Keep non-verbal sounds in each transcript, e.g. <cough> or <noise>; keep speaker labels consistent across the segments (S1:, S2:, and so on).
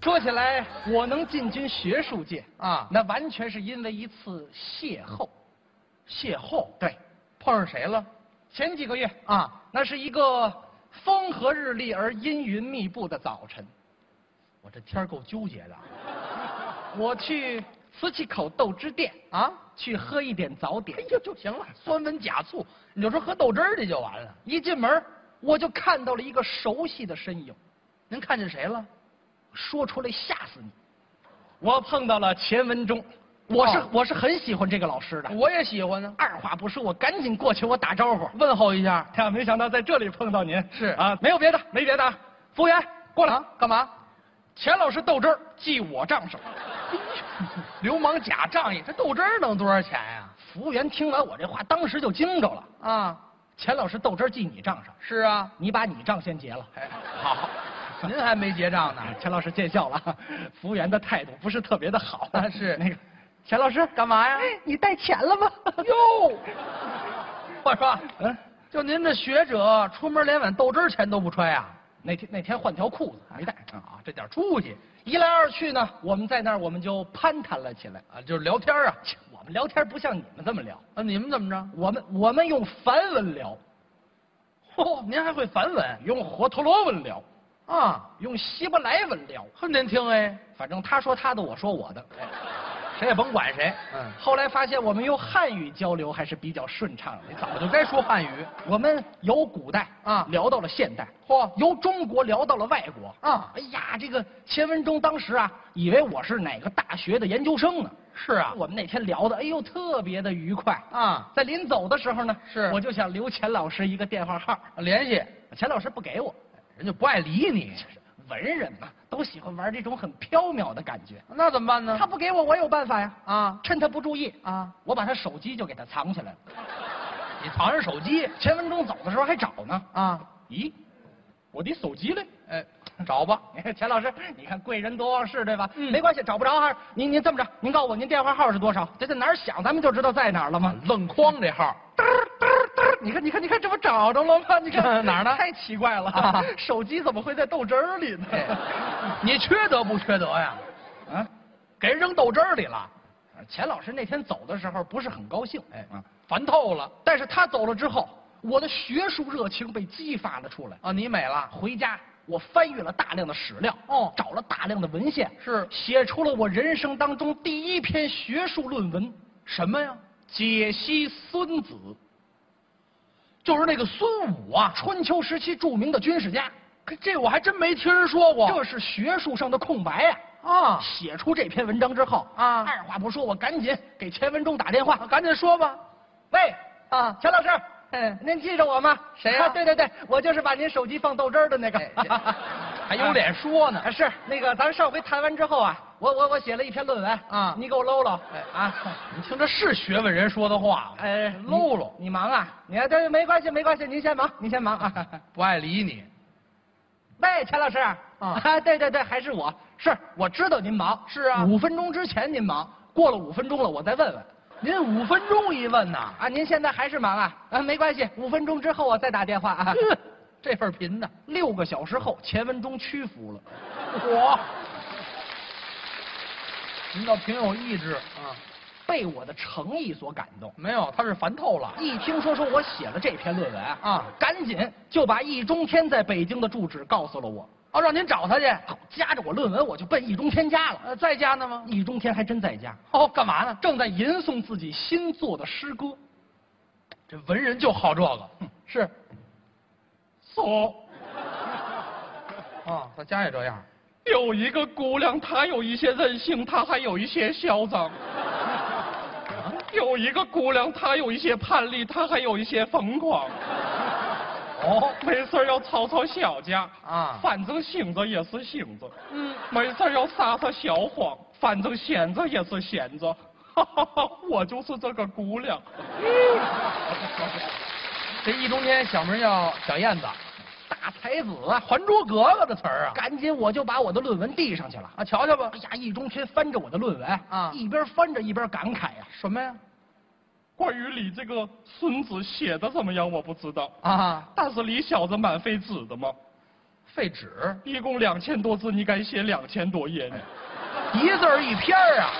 S1: 说起来，我能进军学术界
S2: 啊
S1: 那完全是因为一次邂逅。
S2: 邂逅
S1: 对，
S2: 碰上谁了？
S1: 前几个月
S2: 啊，
S1: 那是一个风和日丽而阴云密布的早晨，
S2: 我这天儿够纠结的
S1: 我去瓷器口豆汁店
S2: 啊！
S1: 去喝一点早点
S2: 哎。呦就行了，酸温假醋，你就说喝豆汁儿去就完了。
S1: 一进门，我就看到了一个熟悉的身影，
S2: 您看见谁了？
S1: 说出来吓死你！我碰到了钱文忠，我是、
S2: 哦
S1: 我是很喜欢这个老师的，
S2: 我也喜欢呢，
S1: 二话不说，我赶紧过去，我打招呼。
S2: 问候一下。
S1: 天啊，没想到在这里碰到您，
S2: 是
S1: 啊，没有别的，没别的啊，服务员过来，
S2: 啊干嘛？
S1: 钱老师豆汁儿记我账上。
S2: <laughs> 流氓假仗义，这豆汁儿能多少钱呀、
S1: 服务员听完我这话，当时就惊着了。
S2: 啊？
S1: 钱老师豆汁儿记你账上，
S2: 是啊。
S1: 你把你账先结了。
S2: 哎，
S1: <laughs>
S2: 好，您还没结账呢。
S1: 钱老师见笑了，服务员的态度不是特别的好。
S2: 啊是
S1: <laughs> 那个，钱老师，哎
S2: 干嘛呀？
S1: 你带钱了吗？
S2: 哟，我说，
S1: <laughs> 嗯，
S2: 就您这学者，出门连碗豆汁儿钱都不揣啊？
S1: 那天那天换条裤子没带。
S2: 啊，这点出息
S1: 一来二去呢，我们在那儿我们就攀谈了起来。
S2: 啊，就是聊天啊。
S1: 切 <laughs> 我们聊天不像你们这么聊，
S2: 啊，你们怎么着？
S1: 我们我们用梵文聊，哦
S2: 嚯、您还会梵文
S1: 用火陀罗文聊，
S2: 啊？
S1: 用希伯来文聊，
S2: 很您听哎，
S1: 反正他说他的，我说我的。
S2: 谁也甭管谁。嗯，
S1: 后来发现我们用汉语交流还是比较顺畅的，
S2: 早 <laughs> 就该说汉语。
S1: 我们由古代
S2: 啊
S1: 聊到了现代，
S2: 嚯
S1: 哦由中国聊到了外国。
S2: 啊，
S1: 哎呀，这个钱文忠当时啊，以为我是哪个大学的研究生呢。
S2: 是啊。
S1: 我们那天聊的，哎呦，特别的愉快。
S2: 啊，
S1: 在临走的时候呢，
S2: 是
S1: 我就想留钱老师一个电话号，
S2: 联系，
S1: 钱老师不给我。
S2: 人就不爱理你。
S1: 文人嘛，都喜欢玩这种很飘渺的感觉。
S2: 那怎么办呢
S1: 他？不给我，我有办法呀。
S2: 啊
S1: 趁他不注意，
S2: 啊，
S1: 我把他手机就给他藏起来了。
S2: 你藏着手机
S1: 钱文忠走的时候还找呢。
S2: 啊？
S1: 咦，我的手机嘞？
S2: 哎，找吧。
S1: <laughs> 钱老师，你看贵人多忘事，对吧？
S2: 嗯
S1: 没关系，找不着啊。您您这么着，您告诉我您电话号是多少？这在哪儿响，咱们就知道在哪儿了吗？
S2: 啊愣框这号，
S1: 嘚儿嘚儿嘚儿，你看你看你看，这不找着了吗？你看
S2: <laughs> 哪儿呢
S1: 太奇怪了，
S2: 啊
S1: <laughs>
S2: 哎
S1: 手机怎么会在豆汁儿里呢？
S2: 你缺德不缺德呀？
S1: <laughs> 啊，
S2: 给人扔豆汁儿里了，
S1: 钱老师那天走的时候不是很高兴，
S2: 哎
S1: 啊，
S2: 烦透了
S1: 但是他走了之后，我的学术热情被激发了出来。
S2: 啊！你美了，
S1: 回家，我翻阅了大量的史料，
S2: 哦
S1: 找了大量的文献，
S2: 是
S1: 写出了我人生当中第一篇学术论文，
S2: 什么呀？
S1: 解析孙子，
S2: 就是那个孙武啊，
S1: 春秋时期著名的军事家。
S2: 可这我还真没听人说过。
S1: 这是学术上的空白呀、
S2: 啊
S1: 写出这篇文章之后
S2: 啊
S1: 二话不说，我赶紧给钱文忠打电话
S2: 啊，赶紧说吧。
S1: 喂，
S2: 啊，
S1: 钱老师，
S2: 嗯
S1: 您记着我吗？啊
S2: 谁呀
S1: 对对对，我就是把您手机放豆汁儿的那个
S2: 哎这。 <laughs>
S1: <laughs>
S2: 还有脸说呢
S1: 啊？是那个，咱上回谈完之后啊，我我我写了一篇论文
S2: 啊
S1: 你给我搂搂。
S2: 哎 <laughs> 啊，你听这是学问人说的话吗？
S1: 哎，
S2: 喽喽，
S1: 你忙啊？你啊，对，没关系，没关系，您先忙，您先忙
S2: <laughs>
S1: 啊。
S2: <laughs> 不爱理你。
S1: 喂，钱老师啊对对对，还是我，是我知道您忙，
S2: 是啊
S1: 五分钟之前您忙，过了五分钟了，我再问问。
S2: 您五分钟一问呐，
S1: 啊，您现在还是忙啊？啊，没关系，五分钟之后我再打电话啊。
S2: 哼， <laughs> 这份贫的，
S1: 六个小时后，钱文忠屈服了。
S2: 我，您倒挺有意志啊。
S1: 被我的诚意所感动，
S2: 没有，他是烦透了
S1: 一听说说我写了这篇论文啊，
S2: 啊！
S1: 赶紧就把易中天在北京的住址告诉了我，
S2: 哦，让您找他去。
S1: 夹着我论文我就奔易中天家了。
S2: 呃，在家呢吗？
S1: 易中天还真在家，
S2: 哦，干嘛呢？
S1: 正在吟诵自己新作的诗歌。
S2: 这文人就好这个。嗯
S1: 是，嗖，
S2: 啊，在家也这样。
S1: 有一个姑娘，她有一些任性，她还有一些嚣张。
S2: <laughs>
S1: 有一个姑娘，她有一些叛逆，她还有一些疯狂。
S2: 哦，
S1: 没事儿要吵吵小家
S2: 啊
S1: 反正醒着也是醒着。
S2: 嗯，
S1: 没事儿要撒撒小谎，反正闲着也是闲
S3: <laughs>
S1: 着。哈哈哈，我就是这个姑娘。
S2: 这易中天小名叫小燕子，《
S1: 大才子啊，
S2: 还珠格格》的词儿啊。
S1: 赶紧我就把我的论文递上去了。
S2: 啊，瞧瞧吧
S1: 哎。呀，易中天翻着我的论文
S2: 啊
S1: 一边翻着一边感慨啊呀、
S2: 什么呀？
S3: 关于李这个孙子写的怎么样，我不知道，
S2: 啊，
S3: 但是李小子蛮费纸的嘛。
S2: 废纸，
S3: 一共两千多字，你敢写两千多页呢？
S2: 一字儿一篇儿啊，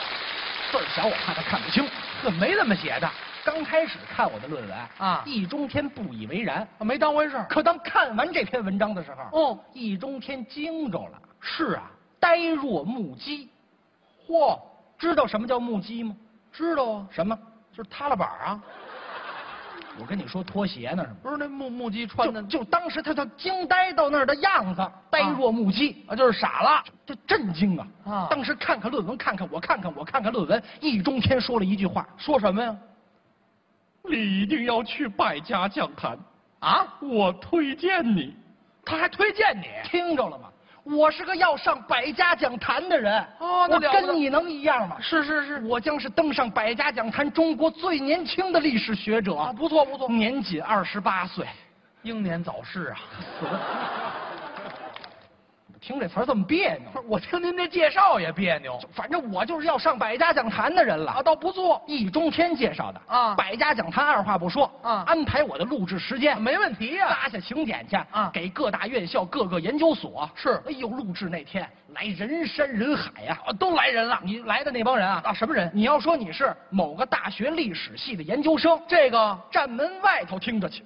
S2: 字儿小我怕他看不清，
S1: 这没那么写的。刚开始看我的论文
S2: 啊
S1: 易中天不以为然，
S2: 没当回事儿。
S1: 可当看完这篇文章的时候，
S2: 哦，
S1: 易中天惊着了，
S2: 是啊，
S1: 呆若木鸡。嚯，知道什么叫木鸡吗？
S2: 知道啊，
S1: 什么？
S2: 就是塌了板儿啊，
S1: 我跟你说，拖鞋呢是吗？
S2: 不是那木木屐穿的
S1: 就就当时他他惊呆到那儿的样子，呆若木鸡，
S2: 啊，就是傻了。
S1: 就震惊啊！
S2: 啊
S1: 当时看看论文，看看我，看看我，看看论文，易中天说了一句话，
S2: 说什么呀？
S3: 你一定要去百家讲坛，
S2: 啊，
S3: 我推荐你。
S2: 他还推荐你
S1: 听着了吗？我是个要上百家讲坛的人，
S2: 哦那
S1: 我
S2: 了不得
S1: 跟你能一样吗？
S2: 是是是
S1: 我将是登上百家讲坛中国最年轻的历史学者，
S2: 啊，不错不错，
S1: 年仅二十八岁。
S2: 英年早逝啊。 <laughs>
S1: 听这词儿这么别扭
S2: 不，是，我听您这介绍也别扭
S1: 反正我就是要上百家讲坛的人了。
S2: 啊，倒不错，
S1: 易中天介绍的
S2: 啊
S1: 百家讲坛二话不说
S2: 啊
S1: 安排我的录制时间，
S2: 没问题呀、
S1: 拉下请柬去
S2: 啊
S1: 给各大院校、各个研究所
S2: 是
S1: 哎呦，录制那天来人山人海呀、
S2: 啊，都来人了
S1: 你来的那帮人啊，
S2: 啊，什么人？
S1: 你要说你是某个大学历史系的研究生，
S2: 这个
S1: 站门外头听着去，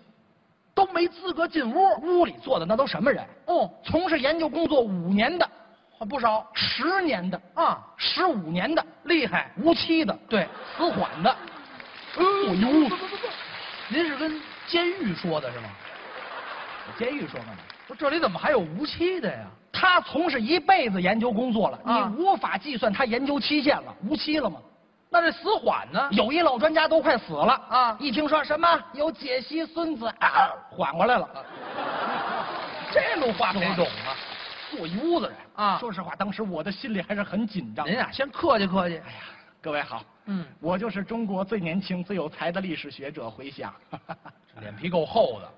S2: 都没资格进屋。
S1: 屋里坐的那都什么人？
S2: 哦，
S1: 从事研究工作五年的、
S2: 不少
S1: 十年的、
S2: 啊，
S1: 十五年的、
S2: 厉害。
S1: 无期的、
S2: 对，
S1: 死缓的，
S2: 嗯
S1: 我哟
S2: 不不不不您是跟监狱说的是吗？
S1: 监狱说干嘛？
S2: 不是，这里怎么还有无期的呀？
S1: 他从事一辈子研究工作了，
S2: 啊
S1: 你无法计算他研究期限了，无期了吗？
S2: 那这死缓呢？
S1: 有一老专家都快死了
S2: 啊
S1: 一听说什么有解析孙子，啊，缓过来了，
S2: 这路话谁懂啊？
S1: 坐一屋子人
S2: 啊
S1: 说实话，当时我的心里还是很紧张。
S2: 您呀、先客气客气。哎呀，
S1: 啊各位好，
S2: 嗯，
S1: 我就是中国最年轻、最有才的历史学者回响。 <laughs>
S2: 这脸皮够厚的。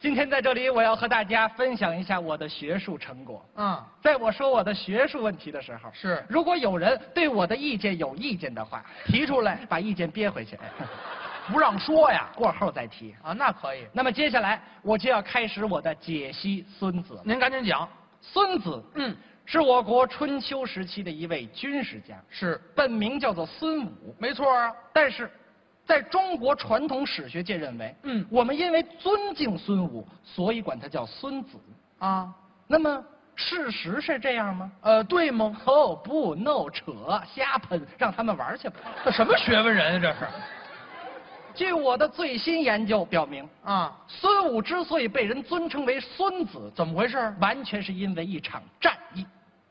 S1: 今天在这里，我要和大家分享一下我的学术成果。
S2: 嗯，
S1: 在我说我的学术问题的时候，
S2: 是
S1: 如果有人对我的意见有意见的话，提出来，把意见憋回去，
S2: <laughs> 不让说呀。
S1: 过后再提。
S2: 啊，那可以。
S1: 那么接下来我就要开始我的解析孙子了。
S2: 您赶紧讲。
S1: 孙子
S2: 嗯，
S1: 是我国春秋时期的一位军事家，
S2: 是，
S1: 本名叫做孙武，
S2: 没错啊。
S1: 但是。在中国传统史学界认为，
S2: 嗯
S1: 我们因为尊敬孙武，所以管他叫孙子。
S2: 啊，
S1: 那么事实是这样吗？
S2: 呃，对吗？
S1: 哦不，no 扯，瞎喷，让他们玩去吧。
S2: 这什么学问人啊，这是？
S1: 据我的最新研究表明，
S2: 啊，
S1: 孙武之所以被人尊称为孙子，
S2: 怎么回事儿？
S1: 完全是因为一场战役。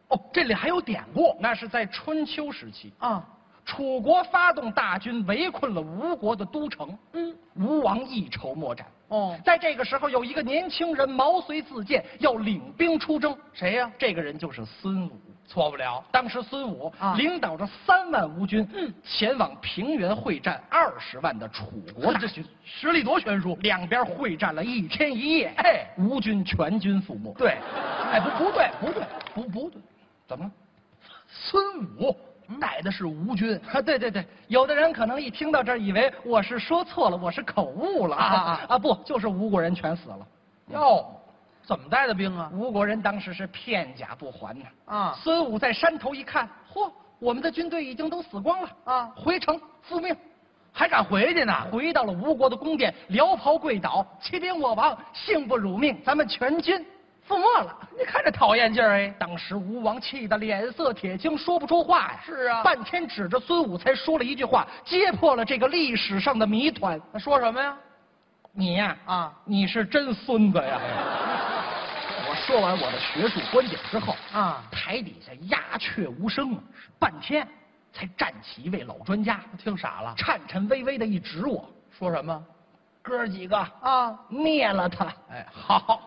S2: 哦，这里还有典故
S1: 那是在春秋时期，
S2: 啊。
S1: 楚国发动大军围困了吴国的都城，
S2: 嗯，
S1: 吴王一筹莫展。
S2: 哦，
S1: 在这个时候，有一个年轻人毛遂自荐，要领兵出征。
S2: 谁呀、
S1: 这个人就是孙武。
S2: 错不了。
S1: 当时孙武
S2: 啊嗯
S1: 领导着三万吴军，前往平原会战二十万的楚国大军，
S2: 实力多悬殊。
S1: 两边会战了一天一夜，
S2: 哎
S1: 吴军全军覆没。
S2: 对，
S1: 哎，不不对，不对，不不对，怎么了？
S2: 孙武带的是吴军。
S1: 嗯啊，对对对，有的人可能一听到这儿，以为我是说错了，我是口误了
S2: 啊啊啊
S1: <laughs> 啊！不，就是吴国人全死了，
S2: 哟，怎么带的兵啊？
S1: 吴国人当时是片甲不还呐。
S2: 啊
S1: 孙武在山头一看，嚯，我们的军队已经都死光了，
S2: 啊，
S1: 回城复命。
S2: 还敢回去呢？
S1: 回到了吴国的宫殿，辽袍跪倒，欺凌我王，幸不辱命，咱们全军覆没了。
S2: 你看这讨厌劲儿哎。
S1: 当时吴王气得脸色铁青，说不出话呀。
S2: 是啊
S1: 半天指着孙武才说了一句话，揭破了这个历史上的谜团。
S2: 那说什么呀？
S1: 你呀、
S2: 啊
S1: 你是真孙
S2: <laughs>
S1: 子呀！我说完我的学术观点之后，
S2: 啊，
S1: 台底下鸦雀无声啊，半天才站起一位老专家，
S2: 听傻了。
S1: 颤颤巍巍的一指我
S2: 说什么？：“
S1: 哥几个，
S2: 啊，
S1: 灭了他！”
S2: 哎，好，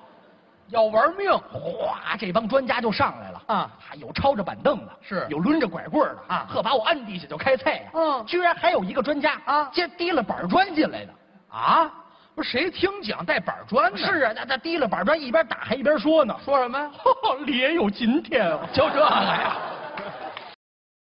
S2: 要玩命。
S1: 哗，这帮专家就上来了
S2: 啊
S1: 有抄着板凳的，
S2: 是
S1: 有抡着拐棍儿的
S2: 啊
S1: 呵，把我按地下就开菜呀、
S2: 嗯
S1: 居然还有一个专家
S2: 啊
S1: 接提了板砖进来的。
S2: 啊，不是谁听讲带板砖呢？
S1: 是啊，他他提了板砖，一边打还一边说呢，
S2: 说什么呀？ <laughs> 哦
S3: 哈哈，也有今天啊！
S2: 就这个呀，
S1: <laughs>